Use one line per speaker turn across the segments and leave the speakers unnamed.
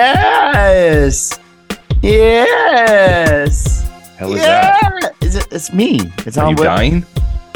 Yes. Yes.
Hell is that?
Is it, it's me. It's
Are
on
you
Wil-
dying?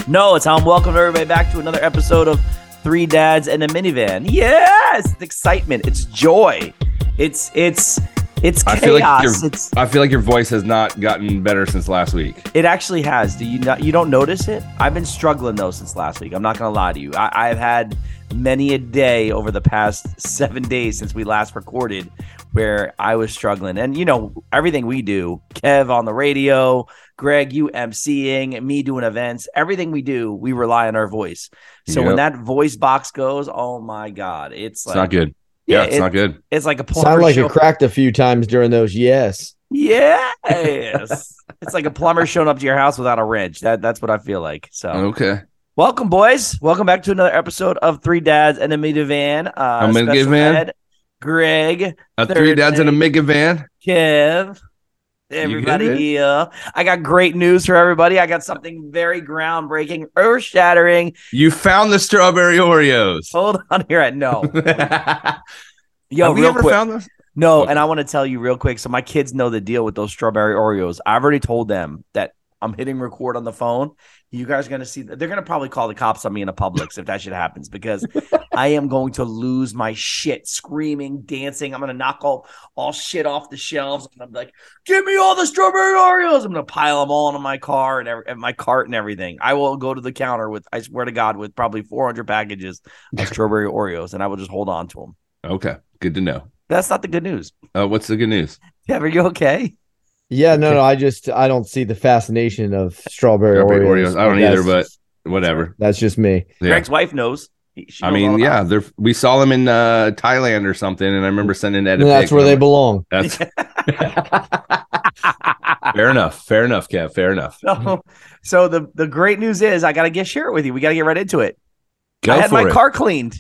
No, it's on. Welcome everybody back to another episode of Three Dads and a Minivan. Yes, it's excitement. It's joy. It's it's it's
I
chaos.
feel like you're-
it's
I feel like your voice has not gotten better since last week.
It actually has. Do you not? You don't notice it? I've been struggling though since last week. I'm not gonna lie to you. I, I've had many a day over the past seven days since we last recorded where I was struggling. And you know everything we do, Kev on the radio, Greg you emceeing, me doing events, everything we do, we rely on our voice. So when that voice box goes, oh my god, it's
It's
like
not good. Yeah, it's
it-
not good.
It's like a porn
Sound like
show.
it cracked a few times during those. Yes.
Yes. it's like a plumber showing up to your house without a wrench. That that's what I feel like. So
Okay.
welcome, boys. Welcome back to another episode of Three Dads and a Minivan. Uh,
A
special
minivan?
ed, Greg,
A three dads in a minivan.
Kev,
good,
everybody
man?
here. I got great news for everybody. I got something very groundbreaking, earth shattering.
You found the strawberry Oreos.
Hold on here. I know.
Have
Oh. Yo,
we
Oh, real
ever
quick.
found this?
No,
Okay.
and I want to tell you real quick. So my kids know the deal with those strawberry Oreos. I've already told them that I'm hitting record on the phone. You guys are gonna see. They're gonna probably call the cops on me in a Publix if that shit happens because I am going to lose my shit, screaming, dancing. I'm gonna knock all all shit off the shelves, and I'm like, "Give me all the strawberry Oreos!" I'm gonna pile them all into my car and every, and my cart and everything. I will go to the counter with, I swear to God, with probably 400 packages of strawberry Oreos, and I will just hold on to them.
Okay. Good to know.
That's not the good news.
Uh, what's the good news?
Kev, are you okay?
Yeah. No. No. I just I don't see the fascination of strawberry,
Strawberry
Oreos.
Oreos. I don't either,
That's-
but whatever.
that's just me.
Yeah.
Greg's wife knows. He- she
I
knows all
mean,
about
yeah,
it.
they're, we saw them in uh, Thailand or something, and I remember sending Ed. a
And that's
pic,
where
and
they
I'm
belong.
like, That's fair enough. Fair enough, Kev. Fair enough.
So, so the the great news is I gotta get share it with you. We gotta get right into it.
Go
I had
for
my
it.
car cleaned.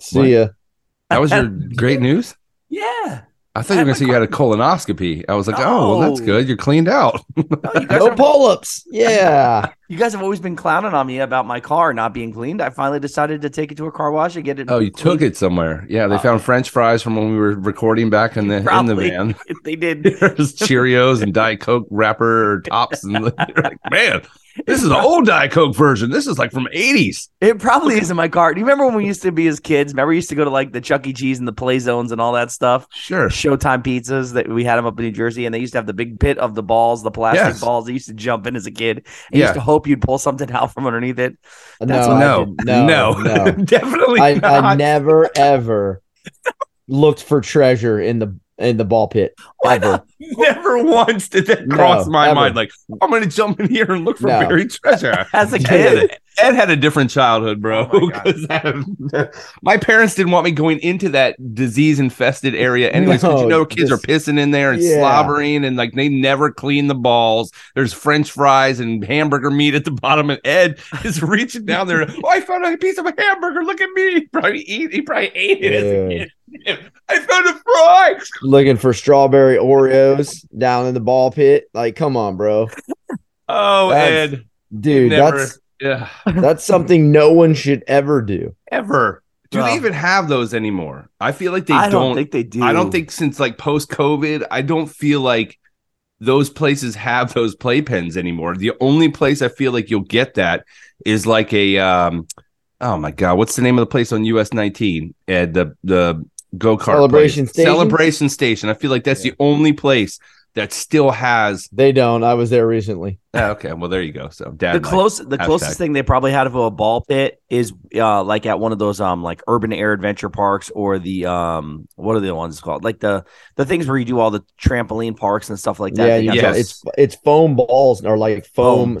See
What?
ya.
that was your great news.
Yeah.
I thought you were
I
gonna
had
say you had a colonoscopy. I was like, oh, well, that's
No.
good. You're cleaned out.
No, you, guys
No
are,
pull ups. Yeah.
you guys have always been clowning on me about my car not being cleaned. I finally decided to take it to a car wash and get it.
Oh, you took it somewhere. Yeah, they
Oh.
Uh,
found French fries from when we were recording back in the in
Probably.
the van.
it. They did.
There's Cheerios and Diet Coke wrapper or tops, and you're like, man, this is the old Diet Coke version. This is like from '80s.
It probably is in my car. Do you remember when we used to be as kids? Remember, we used to go to like the Chuck E. Cheese and the Play Zones and all that stuff.
Sure.
Showtime pizzas that we had them up in New Jersey, and they used to have the big pit of the balls, the plastic
Yes.
balls. They used to jump in as a kid. I
Yeah.
used to hope you'd pull something out from underneath it. That's
no, I
no,
didn't-
no,
no.
definitely
I,
not.
I never ever looked for treasure in the in the ball pit.
Why
ever.
never once did that
No,
cross my
ever.
mind. Like, I'm gonna jump in here and look for
No.
buried treasure.
As a
Ed
kid,
had, a, Ed had a different childhood, bro.
Oh my God.
'cause I- my parents didn't want me going into that disease infested area, anyways, because you
No,
know kids are pissing in there and
Yeah.
slobbering, and like they never clean the balls. There's French fries and hamburger meat at the bottom, and Ed is reaching down there. Oh, I found a piece of a hamburger. Look at me. He probably eat. He probably ate it. As a kid. I found a fry.
Looking for strawberry Oreos down in the ball pit. Like, come on, bro.
Oh,
That's-
Ed,
Dude,
never.
that's
yeah,
That's something no one should ever do.
ever. Do
Well.
they even have those anymore? I feel like they
I
don't.
don't think they do.
I don't think since like post COVID, I don't feel like those places have those playpens anymore. The only place I feel like you'll get that is like a um oh my god, what's the name of the place on US 19? Ed, the the go kart
Celebration Station?
Celebration Station. I feel like that's
Yeah.
the only place that still has.
They don't. I was there recently.
Ah, okay, well there you go. So dad,
the
life.
close the
Hashtag.
closest thing they probably had to a ball pit is uh like at one of those um like urban air adventure parks or the um what are the ones called like the the things where you do all the trampoline parks and stuff like that.
yeah,
They
you
got
yeah.
try-
those-
it's it's foam balls or like foam
Foam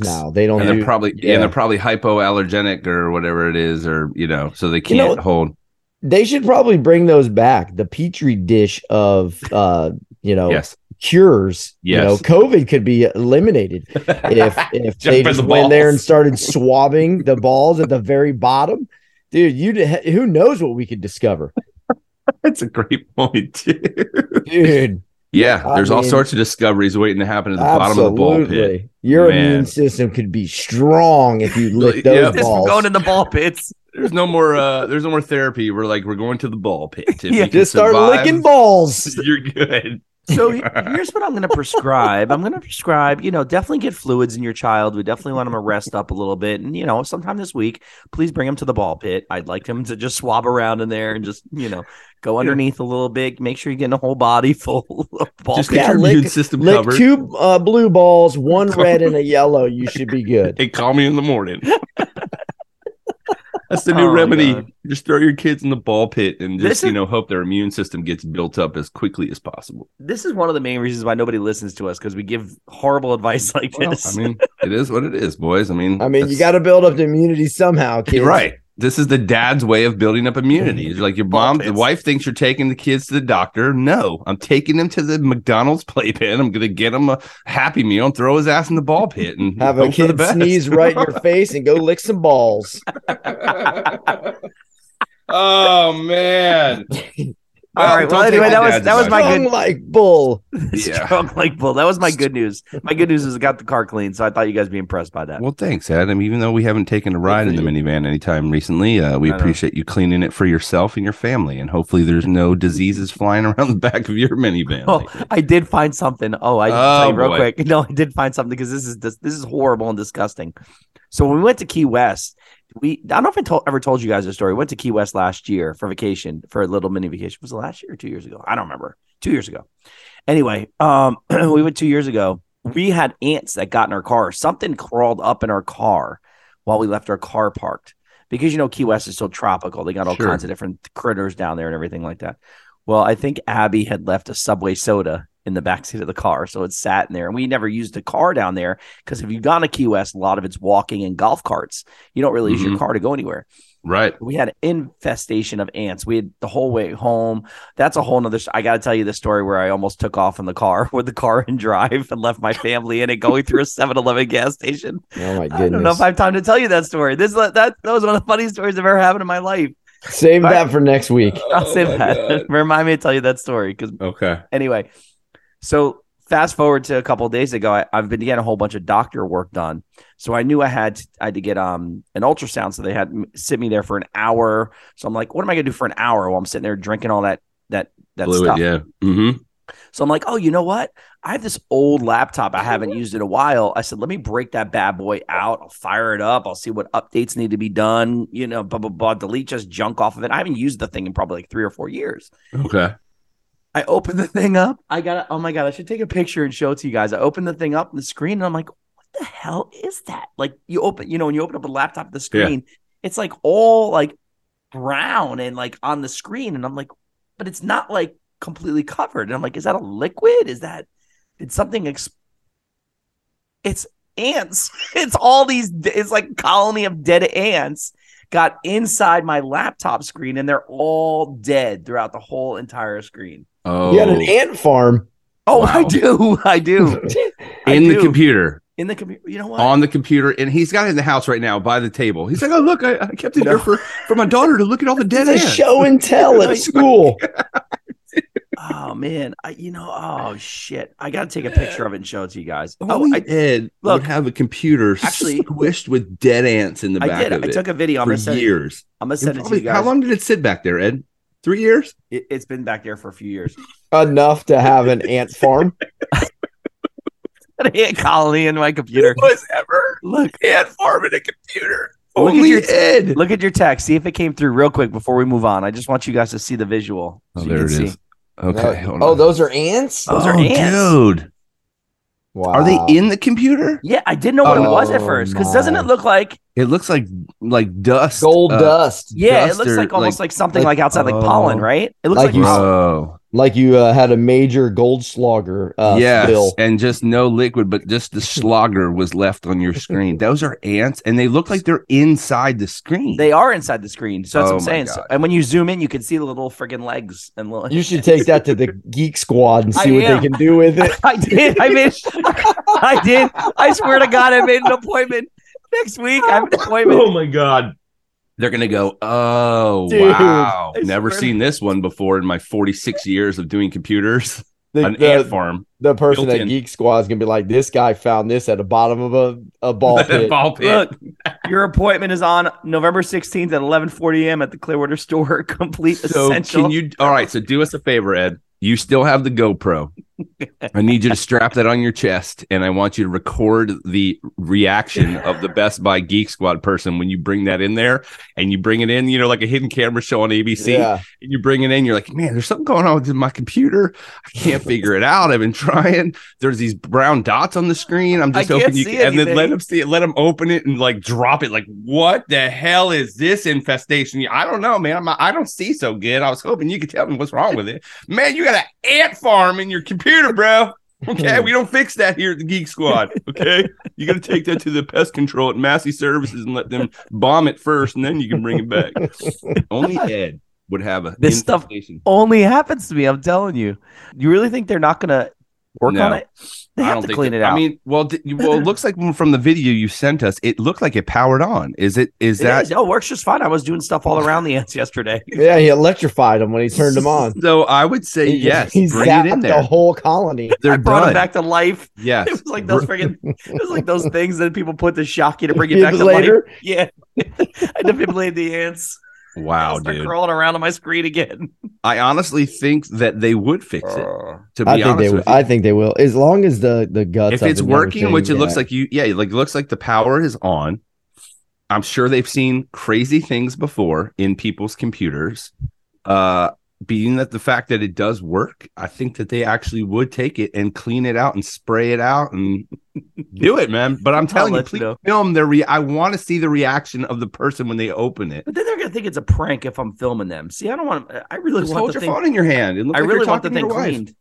blocks.
now. They don't
and
do.
they're probably yeah.
yeah.
and they're probably hypoallergenic or whatever it is or you know so they
You know-
can't hold
they should probably bring those back. The petri dish of uh, you know,
yes
cures. You know,
Yes.
COVID could be eliminated if if they
in
just
the
went there and
balls.
started swabbing the balls at the very bottom. Dude, you who knows what we could discover,
That's a great point, dude.
dude.
Yeah,
I
there's all
mean-
sorts of discoveries waiting to happen at the bottom of the ball pit.
Absolutely. Your
Man.
immune system could be strong if you lick
Yeah.
those
Just
balls.
going in the ball pits.
There's no more. Uh, there's no more therapy. We're like we're going to the ball pit. If
Yeah,
you can
Just start
survive,
licking balls.
You're good.
So he- here's what I'm going to prescribe. I'm going to prescribe, you know, definitely get fluids in your child. We definitely want him to rest up a little bit. And, you know, sometime this week, please bring him to the ball pit. I'd like him to just swab around in there and just, you know, go underneath a little bit. Make sure you're getting a whole body full of ball
Just
pit.
get
Yeah,
your
lick-
immune system
Lick
covered.
two uh, blue balls, one red and a yellow. You should be good.
Hey, call me in the morning. That's the new
Oh, my
remedy.
God.
Just throw your kids in the ball pit and
This
just you
is-
know hope their immune system gets built up as quickly as possible.
This is one of the main reasons why nobody listens to us because we give horrible advice like
Well,
this.
I mean, it is what it is, boys. I mean,
I mean, you
that's-
got to build up the immunity somehow, kids.
You're right. This is the dad's way of building up immunity. It's like your
Ball
mom, the
pits.
wife thinks you're taking the kids to the doctor. No, I'm taking him to the McDonald's playpen. I'm gonna get him a happy meal and throw his ass in the ball pit and
Have a
hope for the
kid
best.
sneeze right in your face and go lick some balls.
oh man.
All right. Well, anyway, that was that was my
Strong
good.
like bull.
Yeah.
Strong like bull. That was my good news. My good news is I got the car clean, so I thought you guys would be impressed by that.
Well, thanks, Adam. Even though we haven't taken a ride in the minivan anytime recently, uh, we
I know.
appreciate you cleaning it for yourself and your family, and hopefully there's no diseases flying around the back of your minivan.
Oh,
lately.
I did find something. Oh, I just
Oh,
tell you real
boy.
quick. No, I did find something because this is this, this is horrible and disgusting. So when we went to Key West, we I don't know if I told, ever told you guys a story. We went to Key West last year for vacation for a little mini vacation. Was it last year or two years ago? I don't remember. Two years ago. Anyway, um, we went two years ago. We had ants that got in our car. Something crawled up in our car while we left our car parked because you know Key West is so tropical. They got all
Sure.
kinds of different critters down there and everything like that. Well, I think Abby had left a Subway soda in the backseat of the car, so it sat in there. And we never used the car down there because if you've gone to Key West, a lot of it's walking and golf carts. You don't really use your
Mhm.
car to go anywhere
right.
we had an infestation of ants. We had the whole way home. That's a whole nother. I got to tell you the story where I almost took off in the car with the car in drive and left my family in it going through a 7 Eleven gas station.
Oh my
I don't know
goodness.
if I have time to tell you that story. This that that was one of the funniest stories I've ever happened in my life.
Save that for next week.
I'll save that. Remind me to tell you that story because
Okay.
anyway, so fast forward to a couple of days ago, I, I've been getting a whole bunch of doctor work done. So I knew I had to, I had to get um an ultrasound. So they had m- sit me there for an hour. So I'm like, what am I gonna do for an hour while I'm sitting there drinking all that that that
Blew
stuff?
it. Yeah. Mm-hmm.
So I'm like, oh, you know what? I have this old laptop. I haven't used in a while. I said, let me break that bad boy out. I'll fire it up. I'll see what updates need to be done. You know, blah blah blah. Delete just junk off of it. I haven't used the thing in probably like three or four years.
Okay.
I open the thing up. I got. Oh my god! I should take a picture and show it to you guys. I open the thing up on the screen, and I'm like, "What the hell is that?" Like you open, you know, when you open up a laptop, the screen, it's like all like brown and like on the screen, and I'm like, but it's not like completely covered. And I'm like, is that a liquid? Is that did something? Ex- it's ants. It's all these. It's like colony of dead ants got inside my laptop screen, and they're all dead throughout the whole entire screen.
Oh.
You had an ant farm.
Oh, I
Wow.
do. I do. I
in the
do.
computer,
In the computer. You know what?
on the computer, and he's got it in the house right now by the table. He's like, "Oh, look, I, I kept it there for for my daughter to look at all the dead
It's a
ants."
show and tell at school.
oh man. I, you know. Oh shit. I gotta take a picture of it and show it to you guys.
Oh,
Oh, I,
Ed
look,
would have a computer actually
actually-
squished with dead ants in the
I
back
did.
of
I
it
took a video. I'm
for
gonna send. It,
years.
I'm gonna
And
send it to
probably-
you guys.
How long did it sit back there, Ed? Three years?
It, has been back there for a few years.
Enough to have an ant farm.
An ant colony in my computer.
was ever
Look.
ant farm in a computer?
Look at
Only
your-
Ed.
Look at your text. See if it came through real quick before we move on. I just want you guys to see the visual.
Oh,
so you
there
can
it
see.
is. Okay.
No-
hold
oh,
on.
those are ants.
Those are
Oh,
ants.
Dude,
Wow.
are they in the computer?
Yeah, I didn't know what it was at
Oh,
first because doesn't
my.
it look like?
It looks like like dust.
gold
uh,
dust?
Yeah,
Dust
it looks
or,
like almost like, something like,
like-
outside, like
oh.
pollen, right? It looks like,
Like you-
pollen.
Bro.
Like you uh, had a major gold slogger uh,
yes,
spill.
and just no liquid, but just the slogger was left on your screen. Those are ants, and they look like they're inside the screen.
They are inside the screen. So that's
Oh
what I'm
my
saying. So,
God.
and when you zoom in, you can see the little friggin' legs and little.
You should take that to the geek squad and
I
see what
am.
they can do with it.
I did. I made. I did. I swear to God, I made an appointment next week. I have an appointment.
Oh my god. They're gonna go, oh
Dude,
wow.
I
Never
swear.
seen this one before in my 46 years of doing computers.
The,
an ant
the,
farm.
the person
built
at
in.
Geek Squad is gonna be like, this guy found this at the bottom of a, a ball pit.
Ball pit.
Look, your appointment is on November 16th at 11:40 a.m. at the Clearwater store. Complete
so
essential.
can you all right so do us a favor ed you still have the gopro i need you to strap that on your chest and i want you to record the reaction of the best buy geek squad person when you bring that in there and you bring it in you know like a hidden camera show on abc
yeah.
and you bring it in you're like man there's something going on with my computer i can't figure it out i've been trying there's these brown dots on the screen i'm
I
just
can't
hoping you
see
can and then let
anything.
them see it let them open it and like drop it like what the hell is this infestation i don't know man I'm, i don't see so good i was hoping you could tell me what's wrong with it man you got an ant farm in your computer bro Okay, we don't fix that here at the Geek Squad. Okay, you got to take that to the pest control at Massey Services and let them bomb it first, and then you can bring it back. Only Ed would have a
This stuff-
infestation.
Only happens to me. I'm telling you. You really think they're not gonna work
No.
on it? They
I
have
don't
to
think
clean
that-
it out.
I mean, well, di- well, it looks like from the video you sent us, it looked like it powered on. Is it? Is
It
that?
is. Oh, it works just fine. I was doing stuff all around the ants yesterday.
Yeah, he electrified him when he turned him on.
So I would say
He-
yes.
he
bring it in
zapped
there.
The whole colony.
They're
I brought
done.
them back to life.
Yes.
It was like those freaking, it was like those things that people put to shock you to bring it back to life.
Later,
Yeah, I defibrillated the ants.
wow,
They'll start
dude.
crawling around on my screen again.
I honestly think that they would fix it. To be
I think
honest
they will.
with you.
I think they will. As long as the the guts.
if
of
it's
and
working,
everything,
which it
yeah.
looks like you, yeah, like looks like the power is on. I'm sure they've seen crazy things before in people's computers. Uh, being that the fact that it does work, I think that they actually would take it and clean it out and spray it out and do it, man. But I'm telling you,
let you
please
know.
film their. Re- I want to see the reaction of the person when they open it.
But then they're gonna think it's a prank if I'm filming them. See, I don't want. I really
Just
want
hold
the
your
thing.
phone in your hand. It looks
I
like
really
you're
want the
talking to
thing
your wife.
cleaned.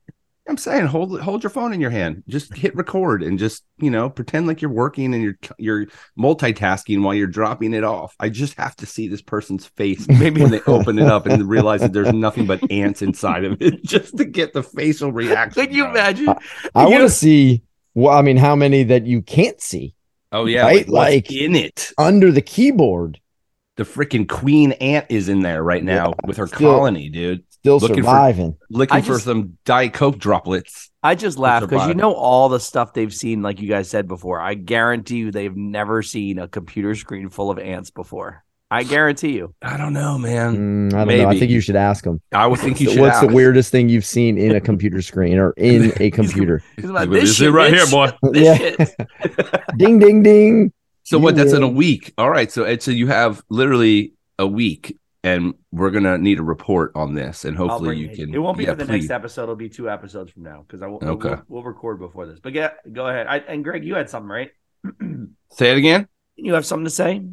I'm saying hold hold your phone in your hand. Just hit record and just you know pretend like you're working and you're you're multitasking while you're dropping it off. I just have to see this person's face maybe when they open it up and realize that there's nothing but ants inside of it, just to get the facial reaction.
Could you
bro.
imagine?
I
You
want
know-
to see. Well, I mean, how many that you can't see
Oh yeah,
Right,
what's
like-
in it,
under the keyboard
the freaking queen ant is in there right now with her
Still-
colony, dude,
still
Looking for-
surviving?
looking
I
for
just-
some diet coke droplets.
I just laugh because you
survive.
know all the stuff they've seen, like you guys said before. I guarantee you they've never seen a computer screen full of ants before. I guarantee you.
I don't know, man.
Mm, I don't know. I
Maybe.
think you should ask them.
I would think you should.
What's the
ask.
weirdest thing you've seen in a computer screen or in a computer?
He's
Like,
like,
this
this
is it
shit,
right here,
bitch.
boy.
This
yeah.
shit.
ding, ding, ding.
So
You
what? That's in a
will.
week. All right. So Ed, so you have literally a week, and we're gonna need a report on this, and
I'll
hopefully
bring
you
it.
can.
It won't be
yeah,
for the
please.
next episode. It'll be two episodes from now because I will.
Okay.
We'll, we'll record before this. But yeah, go ahead. I, and Greg, you had something, right?
Say it again.
you have something to say?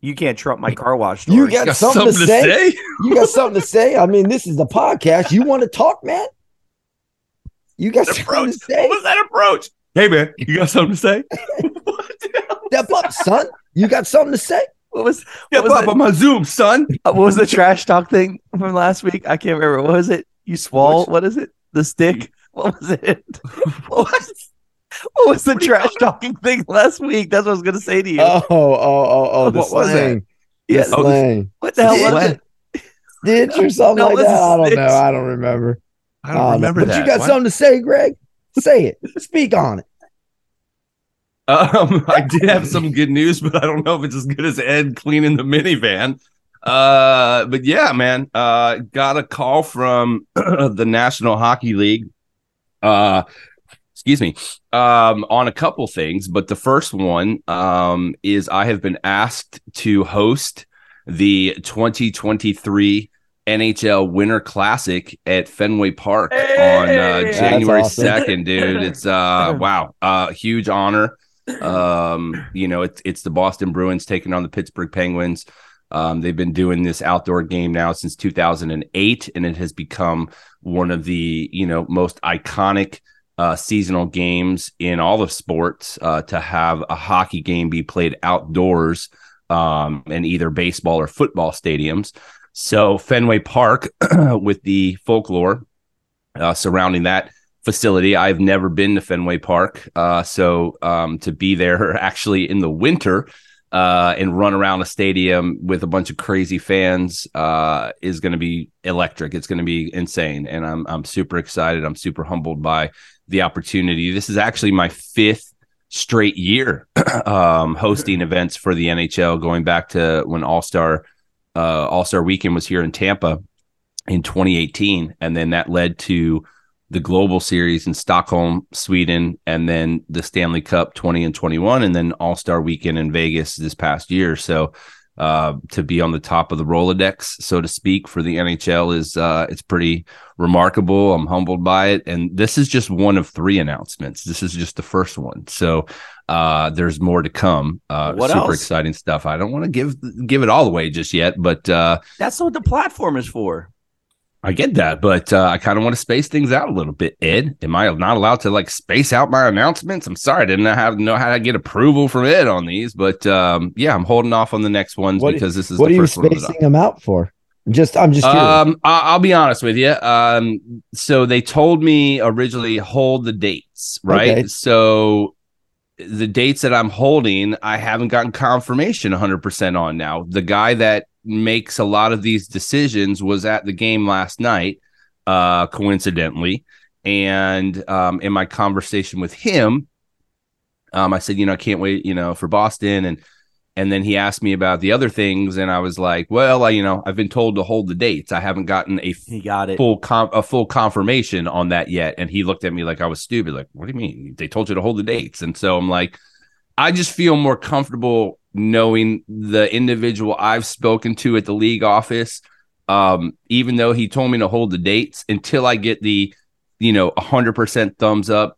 You can't trump my car wash. Story.
You got, something, to, say? You got something to say? I mean, this is the podcast. You want to talk, man? You got
That
something to
approach.
say?
What was that approach? Hey man, you got something to say? What the hell?
Step up, son. You got something to say?
what was
Step
was
up
it?
on my Zoom, son.
what was the trash talk thing from last week? I can't remember. What was it? You swall?
Which-
What is it? The stick? What was it? What was, what was the
What are you
trash talking thing last week? That's what I was gonna say to you.
Oh, oh, oh, oh! The
What was that?
slang. The
yeah,
oh, this-
slang.
what the hell
Slang.
was it?
Ditch or something
No,
like
this
that.
is
I don't
sticks.
know. I don't remember.
I don't
Oh, no.
remember
but
that.
you got
What?
something to say, Greg? Say it. Speak on it.
Um, I did have some good news, but I don't know if it's as good as Ed cleaning the minivan. Uh, but yeah, man, uh, got a call from the National Hockey League. Uh, excuse me, um, on a couple things, but the first one, um, is I have been asked to host the 2023 NHL Winter Classic at Fenway Park on uh,
Hey! That's
January
awesome.
2nd, dude. It's uh, wow, uh, huge honor um you know it's it's the boston bruins taking on the pittsburgh penguins um they've been doing this outdoor game now since 2008 and it has become one of the you know most iconic uh seasonal games in all of sports uh to have a hockey game be played outdoors um in either baseball or football stadiums so fenway park with the folklore uh surrounding that facility. I've never been to Fenway Park, uh, so um, to be there actually in the winter uh, and run around a stadium with a bunch of crazy fans uh, is going to be electric. It's going to be insane, and I'm I'm super excited. I'm super humbled by the opportunity. This is actually my fifth straight year um, hosting events for the NHL, going back to when All Star uh, All Star Weekend was here in Tampa in 2018, and then that led to the Global Series in Stockholm, Sweden, and then the Stanley Cup 20 and 21, and then All Star Weekend in Vegas this past year. So uh, to be on the top of the Rolodex, so to speak, for the NHL is uh, it's pretty remarkable. I'm humbled by it, and this is just one of three announcements. This is just the first one, so uh, there's more to come. Uh,
What
super
else?
exciting stuff. I don't want to give give it all away just yet, but uh,
That's what the platform is for.
I get that, but uh, I kind of want to space things out a little bit. Ed, am I not allowed to like space out my announcements? I'm sorry, I didn't have know how to get approval from Ed on these, but um, yeah, I'm holding off on the next ones
What-
because this is
what are
the
you
first one. of the
spacing them out for? Just I'm just curious.
um, I- I'll be honest with you. Um, so they told me originally hold the dates, right?
Okay.
So the dates that I'm holding, I haven't gotten confirmation 100% on now. The guy that makes a lot of these decisions was at the game last night, uh, coincidentally. And um, in my conversation with him, um, I said, you know, I can't wait, you know, for Boston. And and then he asked me about the other things, and I was like, well, I, you know, I've been told to hold the dates. I haven't gotten a
He got it.
full com- a full confirmation on that yet. And he looked at me like I was stupid. Like, what do you mean? They told you to hold the dates, and so I'm like, I just feel more comfortable knowing the individual I've spoken to at the league office. Um, even though he told me to hold the dates until I get the, you know, 100% thumbs up,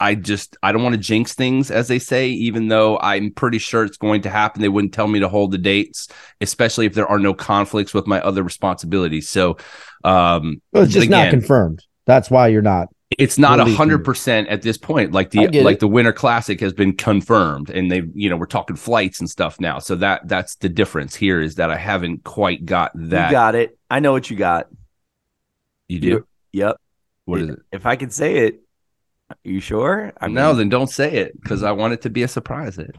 I just I don't want to jinx things, as they say. Even though I'm pretty sure it's going to happen, they wouldn't tell me to hold the dates, especially if there are no conflicts with my other responsibilities. So, um,
Well, it's just not
again-
confirmed. That's why you're not.
it's not a
Really
hundred percent at this point. Like the
I get
like
it.
the Winter Classic has been confirmed, and they have you know we're talking flights and stuff now. So that that's the difference here is that I haven't quite got that.
You got it. I know what you got.
You do
You- Yep.
what is it?
If I could say it, are you sure? I
no, then don't say it because I want it to be a surprise. It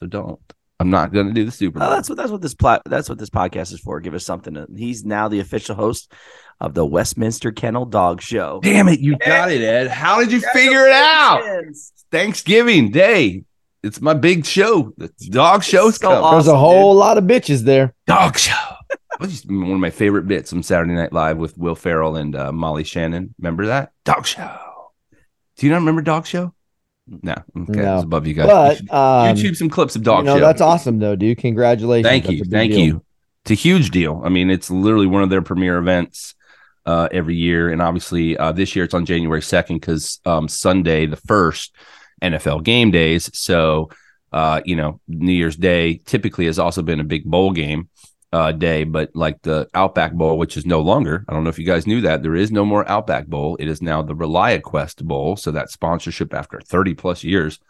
so don't. I'm not gonna do the Super.
No,
Bowl.
Oh, that's what that's what this plot that's what this podcast is for. Give us something. to- he's now the official host of the Westminster Kennel Dog Show.
Damn it, you got it, Ed. How did you figure it out? Thanksgiving Day. It's my big show. The dog show.
so
coming.
awesome.
There's a
dude.
whole lot of bitches there.
Dog show. Which is one of my favorite bits from Saturday Night Live with Will Ferrell and uh, Molly Shannon. Remember that? Dog show. Do you not remember Dog show? No. Okay.
No.
It's above you guys.
But um,
YouTube some clips of Dog
you know,
show.
that's awesome though, dude. Congratulations.
Thank
That's
you.
a big
Thank
deal.
you. It's a huge deal. I mean, it's literally one of their premier events uh, every year. And obviously, uh, this year it's on January 2nd because um, Sunday, the first NFL game days. So, uh, you know, New Year's Day typically has also been a big bowl game uh, day, but like the Outback Bowl, which is no longer, I don't know if you guys knew that, there is no more Outback Bowl. It is now the Relia Quest Bowl. So, that sponsorship after 30 plus years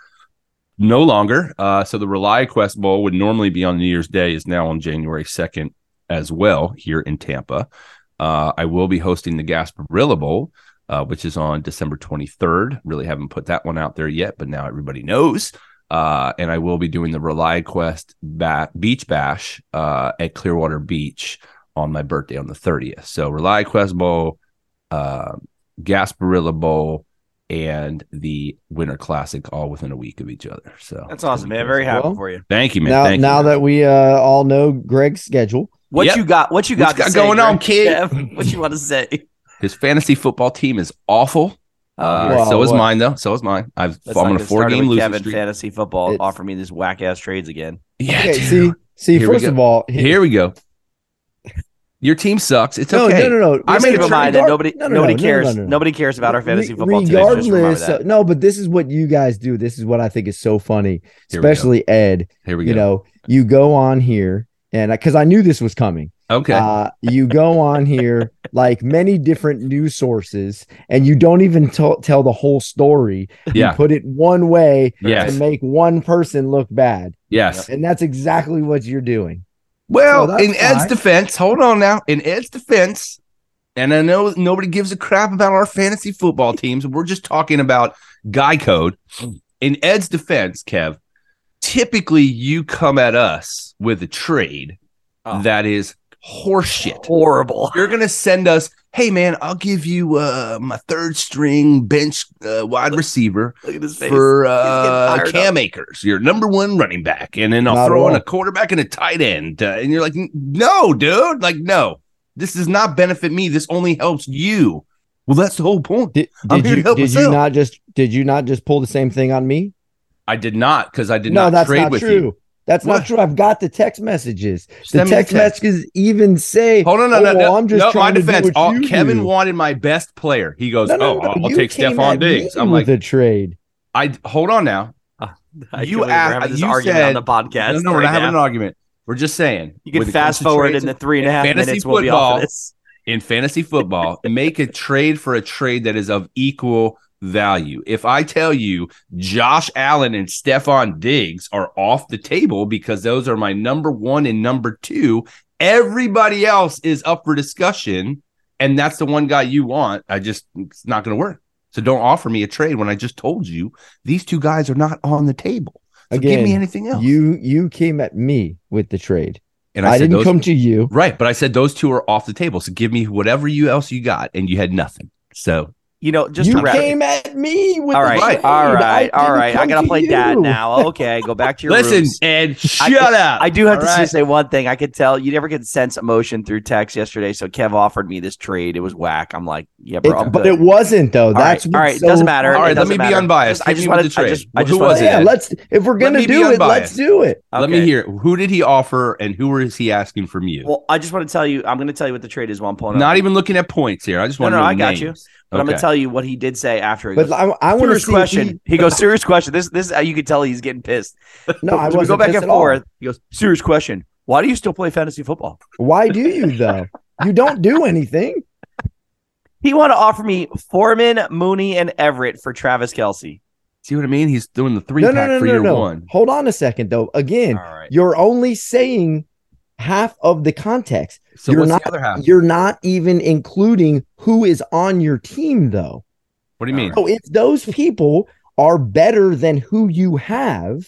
no longer. Uh, so the Relia Quest Bowl would normally be on New Year's Day, is now on January 2nd as well here in Tampa. Uh, I will be hosting the Gasparilla Bowl, uh, which is on December 23rd. Really haven't put that one out there yet, but now everybody knows. Uh, and I will be doing the Relia Quest ba- Beach Bash uh, at Clearwater Beach on my birthday on the 30th. So Relia Quest Bowl, uh, Gasparilla Bowl, and the Winter Classic all within a week of each other. So
That's awesome, man. Very happy
Well,
for you.
Thank you, man.
Now,
Thank you,
now
man.
that we uh, all know Greg's schedule,
What
Yep.
you got? What you
What you
got, to
got
say,
going on,
Greg?
kid?
Jeff, what you want to say?
his fantasy football team is awful. Uh,
Oh, Well,
so is
what-
mine though. So is mine. I've
Let's
I'm
not
on a
get
four
started
game
with
losing
Kevin
streak.
fantasy football.
It's-
Offer me these whack ass trades again.
Yeah,
okay,
dude.
see, see,
Here we
first
go.
of all,
here we go. Your team sucks. It's
no,
okay.
no, no, no.
I
Just
made
keep
a
in mind that
regard-
nobody
no, no,
nobody
no, no,
cares
no, no, no.
nobody cares about our fantasy
Re-
football team. Just remember
Regardless,
that.
uh, no, but this is what you guys do. This is what I think is so funny,
Here we go.
especially Ed.
Here we go.
You know, you go on here, and because I knew this was coming.
okay.
Uh, you go on here, like many different news sources, and you don't even t- tell the whole story. You
yeah.
put it one way
Yes.
to make one person look bad.
Yes.
And that's exactly what you're doing.
Well,
So that's
in Ed's
fine.
defense, hold on now. In Ed's defense, and I know nobody gives a crap about our fantasy football teams. We're just talking about guy code. In Ed's defense, Kev, typically you come at us with a trade
Oh.
that is horseshit.
Horrible.
You're gonna send us, hey man, I'll give you uh my third string bench uh, wide receiver
Look at his face.
for
fired
uh
up.
Cam Akers, your number one running back, and then I'll
Not at
throw in
all.
a quarterback and a tight end. Uh, and you're like, no, dude, like no, this does not benefit me. This only helps you. Well, that's the whole point.
Did,
I'm
did
here to
you
help
did you
myself.
not just did you not just pull the same thing on me?
I did not because I did
no,
not
that's
trade
not
with
true.
you.
That's
What?
not true. I've got the text messages. The
Send me
text, messages even say,
Hold on, no,
"Oh,
no, no.
well, I'm just
no, my
trying to do
defense.
what
all-
you
Kevin
do."
wanted my best player. He goes,
no, no,
"Oh,
no,
I'll, I'll
you
take
came
Stephon
at me
Diggs." I'm like,
with a trade.
I hold on now.
I
you
can't
asked-
believe we're having this
you
argument on
said-
the podcast.
no, no, we're
right
not having an
now.
argument. We're just saying
You can
when it comes
fast
to
forward
trades
in the three and a half
fantasy
minutes. We'll be off
football,
of this.
in fantasy football, make a trade for a trade that is of equal value. If I tell you Josh Allen and Stefan Diggs are off the table because those are my number one and number two, everybody else is up for discussion, and that's the one guy you want. I just it's not going to work. So don't offer me a trade when I just told you these two guys are not on the table. So give me
Again,
anything else.
You you came at me with the trade.
and
I,
said
didn't
those-
come to you.
Right, but I said those two are off the table. So give me whatever you else you got, and you had nothing. So
You know, just
you
to wrap it
came at me with
All
the
right,
trade.
all right,
I
all
didn't
right. I
come
gotta
to
play
you.
dad now. Okay, go back to your
listen,
roots.
Ed,
I-
shut up.
I do have
All
to
right.
just say one thing. I could tell you never can sense emotion through text yesterday. So Kev offered me this trade. It was whack. I'm like, yeah,
It-
bro. I'm
but
good.
it wasn't though.
All right,
That's
all
what's
right. It
so
doesn't matter.
All
It
right, let
doesn't
me be
matter.
unbiased.
Just- I
Hit
just
me with
wanted-
the
I just-
trade.
I just
Who
wanted-
was it?
yeah.
Ed?
Let's if we're
Let
gonna
me be
do it, let's
unbiased.
do it.
Let me
Okay.
hear who did he offer, and who is he asking from you?
Well, I just want to tell you. I'm going to tell you what the trade is. oh. While I'm pulling it
Not
up.
even looking at points here. I just
No,
want
no,
to.
I got you. But I'm going to tell you what he did say after. He
But
goes,
I, I want to
serious
see
question. He goes serious question. This this is how you can tell he's getting pissed.
If he, no, I
So we
wasn't
go back
pissed
and
at all.
forth. He goes serious question. Why do you still play fantasy football?
Why do you though? You don't do anything.
He want to offer me Foreman, Mooney, and Everett for Travis Kelsey.
See what I mean? He's doing the three
No, no,
pack
no,
for
no,
year
no.
one.
Hold on a second though. Again,
right.
you're only saying half of the context.
So
You're
what's
not-
the other half?
You're not even including who is on your team though.
What do you mean?
So if those people are better than who you have,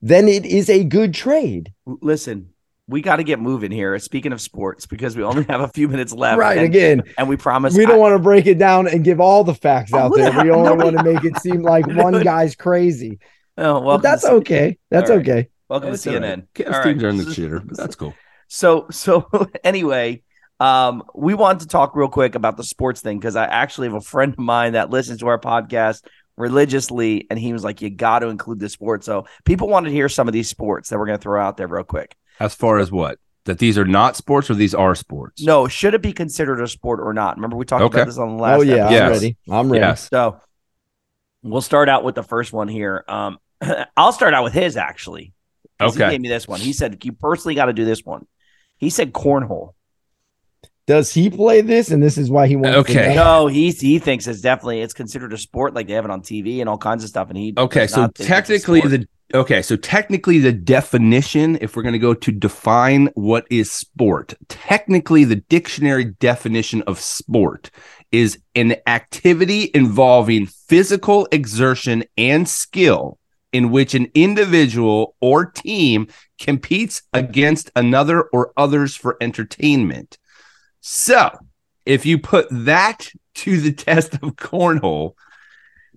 then it is a good trade.
Listen, we got to get moving here. Speaking of sports, because we only have a few minutes left.
right.
and,
Again,
and we promise
we don't want to break it down and give all the facts
Oh,
out
who the
there. We
hell-
only
nobody-
want to make it seem like one
Dude.
guy's crazy.
Oh,
Well,
welcome.
that's
to,
okay. That's
All right.
okay.
Welcome
That's
to
all right.
CNN.
Cavs
All
teams
right.
are in the shitter, but that's cool.
So so anyway, um, we want to talk real quick about the sports thing because I actually have a friend of mine that listens to our podcast religiously, and he was like, "You got to include the sports." So people want to hear some of these sports that we're going to throw out there real quick.
As far as what? That these are not sports or these are sports?
No, should it be considered a sport or not? Remember we talked
Okay.
about this on the last.
Oh
episode.
yeah, I'm
Yes.
ready. I'm ready.
Yes.
So we'll start out with the first one here. Um, I'll start out with his actually. 'cause He
Okay.
gave me this one. He said, You personally got to do this one. He said cornhole.
Does he play this? And this is why he wants.
Okay.
To know?
No, he he thinks it's definitely it's considered a sport, like they have it on TV and all kinds of stuff. And he
Okay,
does
so
not think it's a
technically
sport.
the okay, so technically the definition, if we're going to go to define what is sport, technically the dictionary definition of sport is an activity involving physical exertion and skill in which an individual or team competes against another or others for entertainment. So, if you put that to the test of cornhole,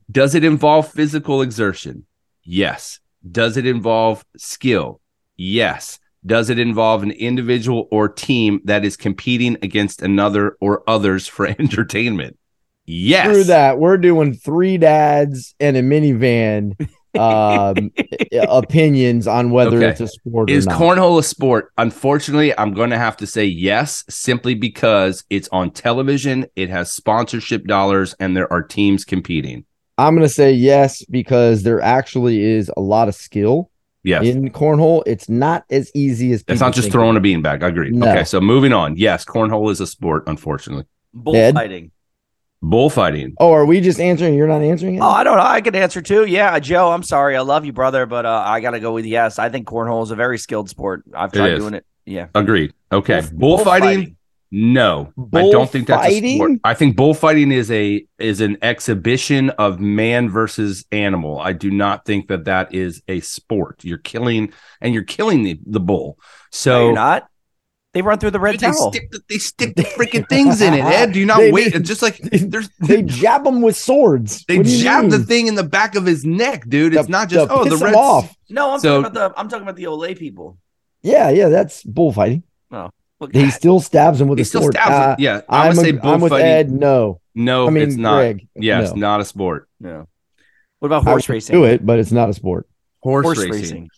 does it involve physical exertion? Yes. Does it involve skill? Yes. Does it involve an individual or team that is competing against another or others for entertainment? Yes.
Through that, we're doing three dads and a minivan um, opinions on whether
Okay.
it's a sport
Is
or not.
cornhole a sport? Unfortunately, I'm going to have to say yes, simply because it's on television, it has sponsorship dollars, and there are teams competing.
I'm gonna say yes because there actually is a lot of skill
Yes.
in cornhole. It's not as easy as
It's
people
not just
think.
throwing a beanbag. I agree.
No.
Okay, so moving on. Yes, cornhole is a sport, unfortunately.
bullfighting.
Bullfighting.
Oh, are we just answering? You're not answering it.
Oh, I don't know. I could answer too. Yeah, Joe. I'm sorry. I love you, brother, but uh, I got to go with yes. I think cornhole is a very skilled sport. I've
It
tried
is.
doing it. Yeah.
Agreed. Okay.
Bull-
bullfighting. No, I don't think that's a sport.
Bullfighting?
I think bullfighting is a is an exhibition of man versus animal. I do not think that that is a sport. You're killing and you're killing the, the bull.
No,
So
you're not. They run through the red
Dude, they
towel.
stick the, they stick the freaking things in it. Ed, do you not
They-
wait? It's just like there's
They jab them with swords.
they
What do you
jab the
mean?
thing in the back of his neck, dude. It's
To-
not just
to
oh the
piss 'em
red
off.
No, I'm
So-
talking about the I'm talking about the Olay people.
Yeah, yeah, that's bullfighting.
Look,
He still stabs him with
He
a
still
sword.
stabs
Uh,
him. Yeah, I'm,
I'm,
gonna say
a, I'm with
bullfighting.
Ed. No,
no,
I mean
it's not.
Greg.
yeah, it's
no.
not a sport.
no. What about
I
horse
would
racing?
Do it, but it's not a sport.
Horse,
Horse
racing.
racing.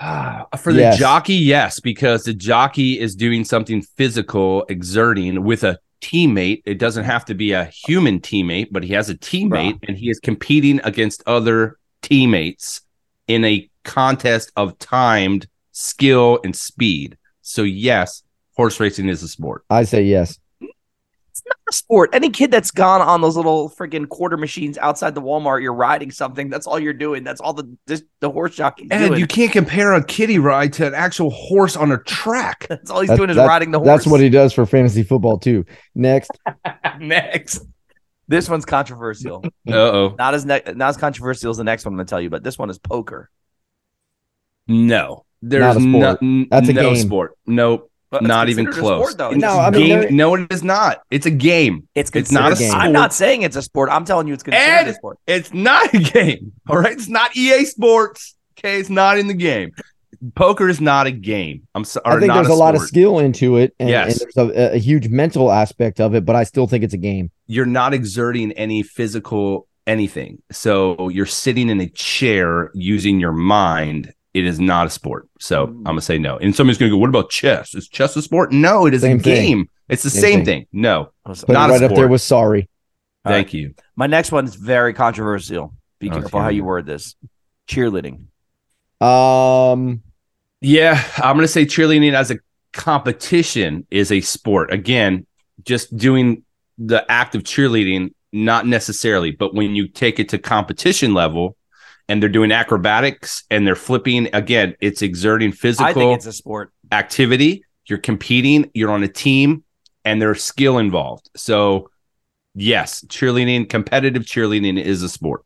Ah, For the
Yes.
jockey, yes, because the jockey is doing something physical, exerting with a teammate. It doesn't have to be a human teammate, but he has a teammate and he is competing against other teammates in a contest of timed skill and speed. So, yes, horse racing is a sport.
I say yes.
a sport. Any kid that's gone on those little freaking quarter machines outside the Walmart, you're riding something. That's all you're doing. That's all the this, the horse jockey's
And
doing.
you can't compare a kiddie ride to an actual horse on a track.
that's all he's
That-
doing is
that-
riding the horse.
That's what he does for fantasy football too. Next,
Next.
This one's controversial.
Uh oh.
not as ne- not as controversial as the next one I'm going to tell you, but this one is poker.
No. There's
a
no,
sport. That's a
no
game.
sport. Nope.
But it's
not even
considered a
close.
sport, though.
It's
It's-
No, I mean,
game-
there-
no, it is not. It's a game.
It's
It's not a
considered a game.
sport.
I'm not saying it's a sport. I'm telling you it's considered
Ed!
a sport.
It's not a game. All right. It's not EA Sports. Okay. It's not in the game. Poker is not a game. I'm sorry.
I think there's a, lot of skill into it, and,
Yes.
and there's a, a huge mental aspect of it. But I still think it's a game.
You're not exerting any physical anything. So you're sitting in a chair using your mind. It is not a sport. So
Mm.
I'm gonna say no. And somebody's gonna go, "What about chess? Is chess a sport? No, it is
Same
a
thing.
game. It's the
Same
same,
thing.
thing. No.
But
Not a
right up there
sport.
was sorry.
All
Thank you.
My next one is very controversial. Be
Oh,
careful
here
how
we
you
go.
word this. Cheerleading.
Um,
Yeah, I'm going to say cheerleading as a competition is a sport. Again, just doing the act of cheerleading, not necessarily, but when you take it to competition level and they're doing acrobatics and they're flipping, again, it's exerting
I think
physical
it's a sport.
activity. You're competing, you're on a team, and there's skill involved. So, yes, cheerleading, competitive cheerleading is a sport.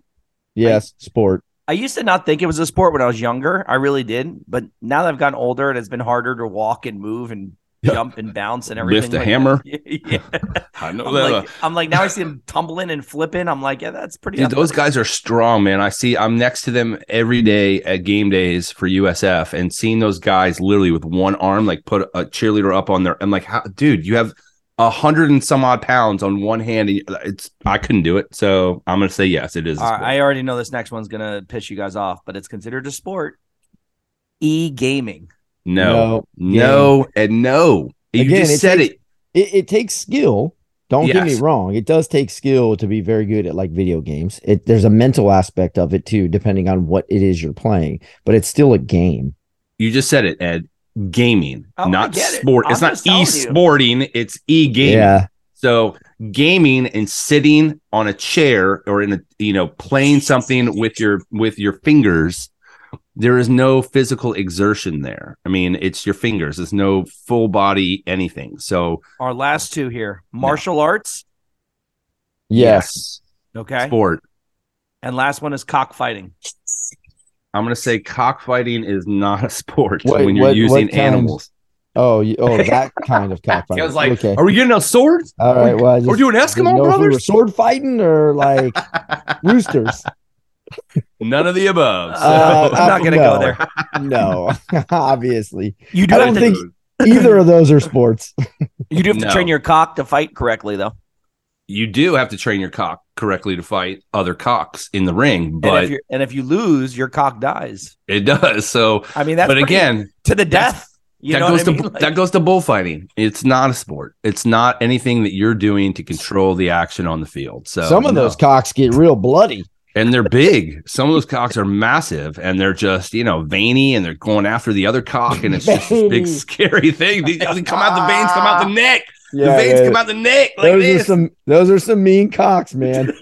yes, sport.
I used to not think it was a sport when I was younger. I really did, but now that I've gotten older and it's been harder to walk and move and
Yeah.
jump and bounce and everything.
Lift a
like
hammer.
that. yeah.
I know uh,
I'm, like, I'm like now I see them tumbling and flipping. I'm like, yeah, that's pretty.
Dude, those
athletic.
guys are strong, man. I see. I'm next to them every day at game days for USF, and seeing those guys literally with one arm, like put a cheerleader up on their. I'm like, how, dude, you have a hundred and some odd pounds on one hand, and it's. I couldn't do it, so I'm gonna say yes. It is. a
All right,
sport.
I already know this next one's gonna piss you guys off, but it's considered a sport. E gaming.
no,
No.
no, and no. You
Again,
just
it
said
takes-
it.
It, it takes skill. Don't get me
Yes.
wrong. It does take skill to be very good at like video games. It there's a mental aspect of it too, depending on what it is you're playing. But it's still a game.
You just said it, Ed. Gaming,
Oh, I
not
get it.
sport.
I'm
It's not
just
e
telling you.
sporting. It's e gaming.
Yeah.
So gaming and sitting on a chair or in a you know playing something with your with your fingers, there is no physical exertion there. I mean, it's your fingers. It's no full body anything. So
Our last two here. Martial arts.
Yes.
Okay.
sport.
And last one is cockfighting.
I'm gonna say cockfighting is not a sport
Wait,
when you're
what- what
using
kind?
animals.
Oh, you, oh, that kind of
I
cockfighting.
was like,
okay.
are we getting a sword?
All right. Well, I just
We're doing
didn't
Eskimo
know if we were
brothers?
sword fighting or like roosters.
None of the above. So.
Uh,
I'm not gonna
no.
go there.
No, obviously,
You do
I
have
don't
to
think- either of those are sports.
you do have to
No.
train your cock to fight correctly though.
you do have to train your cock correctly to fight other cocks in the ring,
and
but
if, you're, and if you lose, your cock dies.
it does. So
I mean, that's
but
pretty-
again,
to the
that's-
death. You
that
know
goes
what I mean?
to
Like,
that goes to bullfighting. It's not a sport. It's not anything that you're doing to control the action on the field. So
Some of
no.
those cocks get real bloody.
and they're big. Some of those cocks are massive, and they're just you know veiny, and they're going after the other cock, and it's just this
Veiny.
big scary thing. They, they come out the veins, come out the neck.
Yeah,
the veins
yeah.
come out the neck like
those
this.
are some those are some mean cocks, man.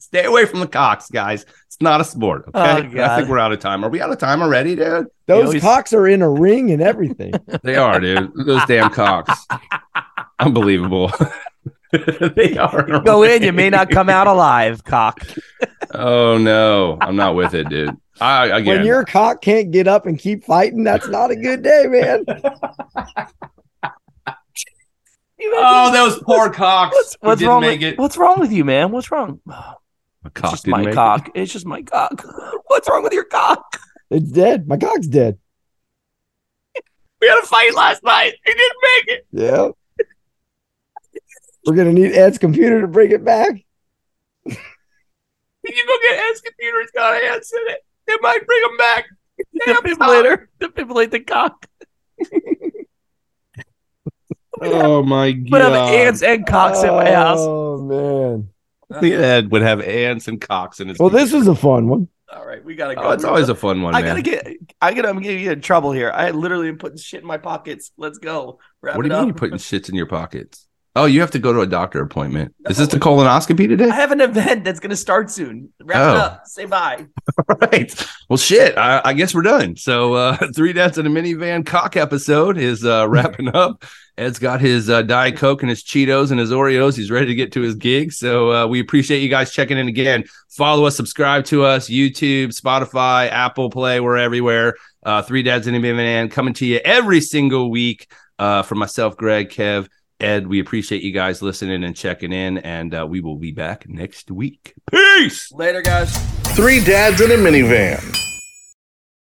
Stay away from the cocks, guys. It's not a sport. Okay,
Oh,
I
God.
think we're out of time. Are we out of time already, dude?
Those
always-
cocks are in a ring and everything.
They are, dude. Those damn cocks. Unbelievable. they are.
You go in, you may not come out alive, cock.
Oh no, I'm not with it, dude. I again.
When your cock can't get up and keep fighting, that's not a good day, man.
oh, those poor cocks.
What's,
who
what's
didn't
wrong?
make
with,
it.
What's wrong with you, man? What's wrong?
A
It's
cock
just
didn't
my
make it.
cock. It's just my cock. What's wrong with your cock?
It's dead. My cock's dead.
We had a fight last night. He didn't make it.
Yeah. We're gonna need Ed's computer to bring it back.
You go get Ed's computer. It's got Ed's in it. They might bring him back. Defibrillator. Defibrillate the cock.
Oh my god.
But have ants and cocks in my house.
Oh man.
Ed would have ants and cocks in his.
Well, this was a fun one.
All right, we gotta go.
Oh, it's always a fun one,
I
man.
gotta get. I gotta. I'm gonna get in trouble here. I literally am putting shit in my pockets. Let's go. Wrap
what do
it
you mean
up.
you're putting shits in your pockets? Oh, you have to go to a doctor appointment. Is
No.
this the colonoscopy today?
I have an event that's gonna start soon. Wrap
Oh.
it up. Say bye.
right. Well, shit. I, I guess we're done. So, uh, three deaths in a minivan cock episode is uh, wrapping up. Ed's got his uh, Diet Coke and his Cheetos and his Oreos. He's ready to get to his gig. So, uh, we appreciate you guys checking in again. Follow us, subscribe to us, YouTube, Spotify, Apple Play. We're everywhere. Uh, three dads in a minivan coming to you every single week. Uh, from myself, Greg, Kev, Ed. We appreciate you guys listening and checking in, and uh, we will be back next week. Peace.
Later, guys.
Three Dads in a Minivan.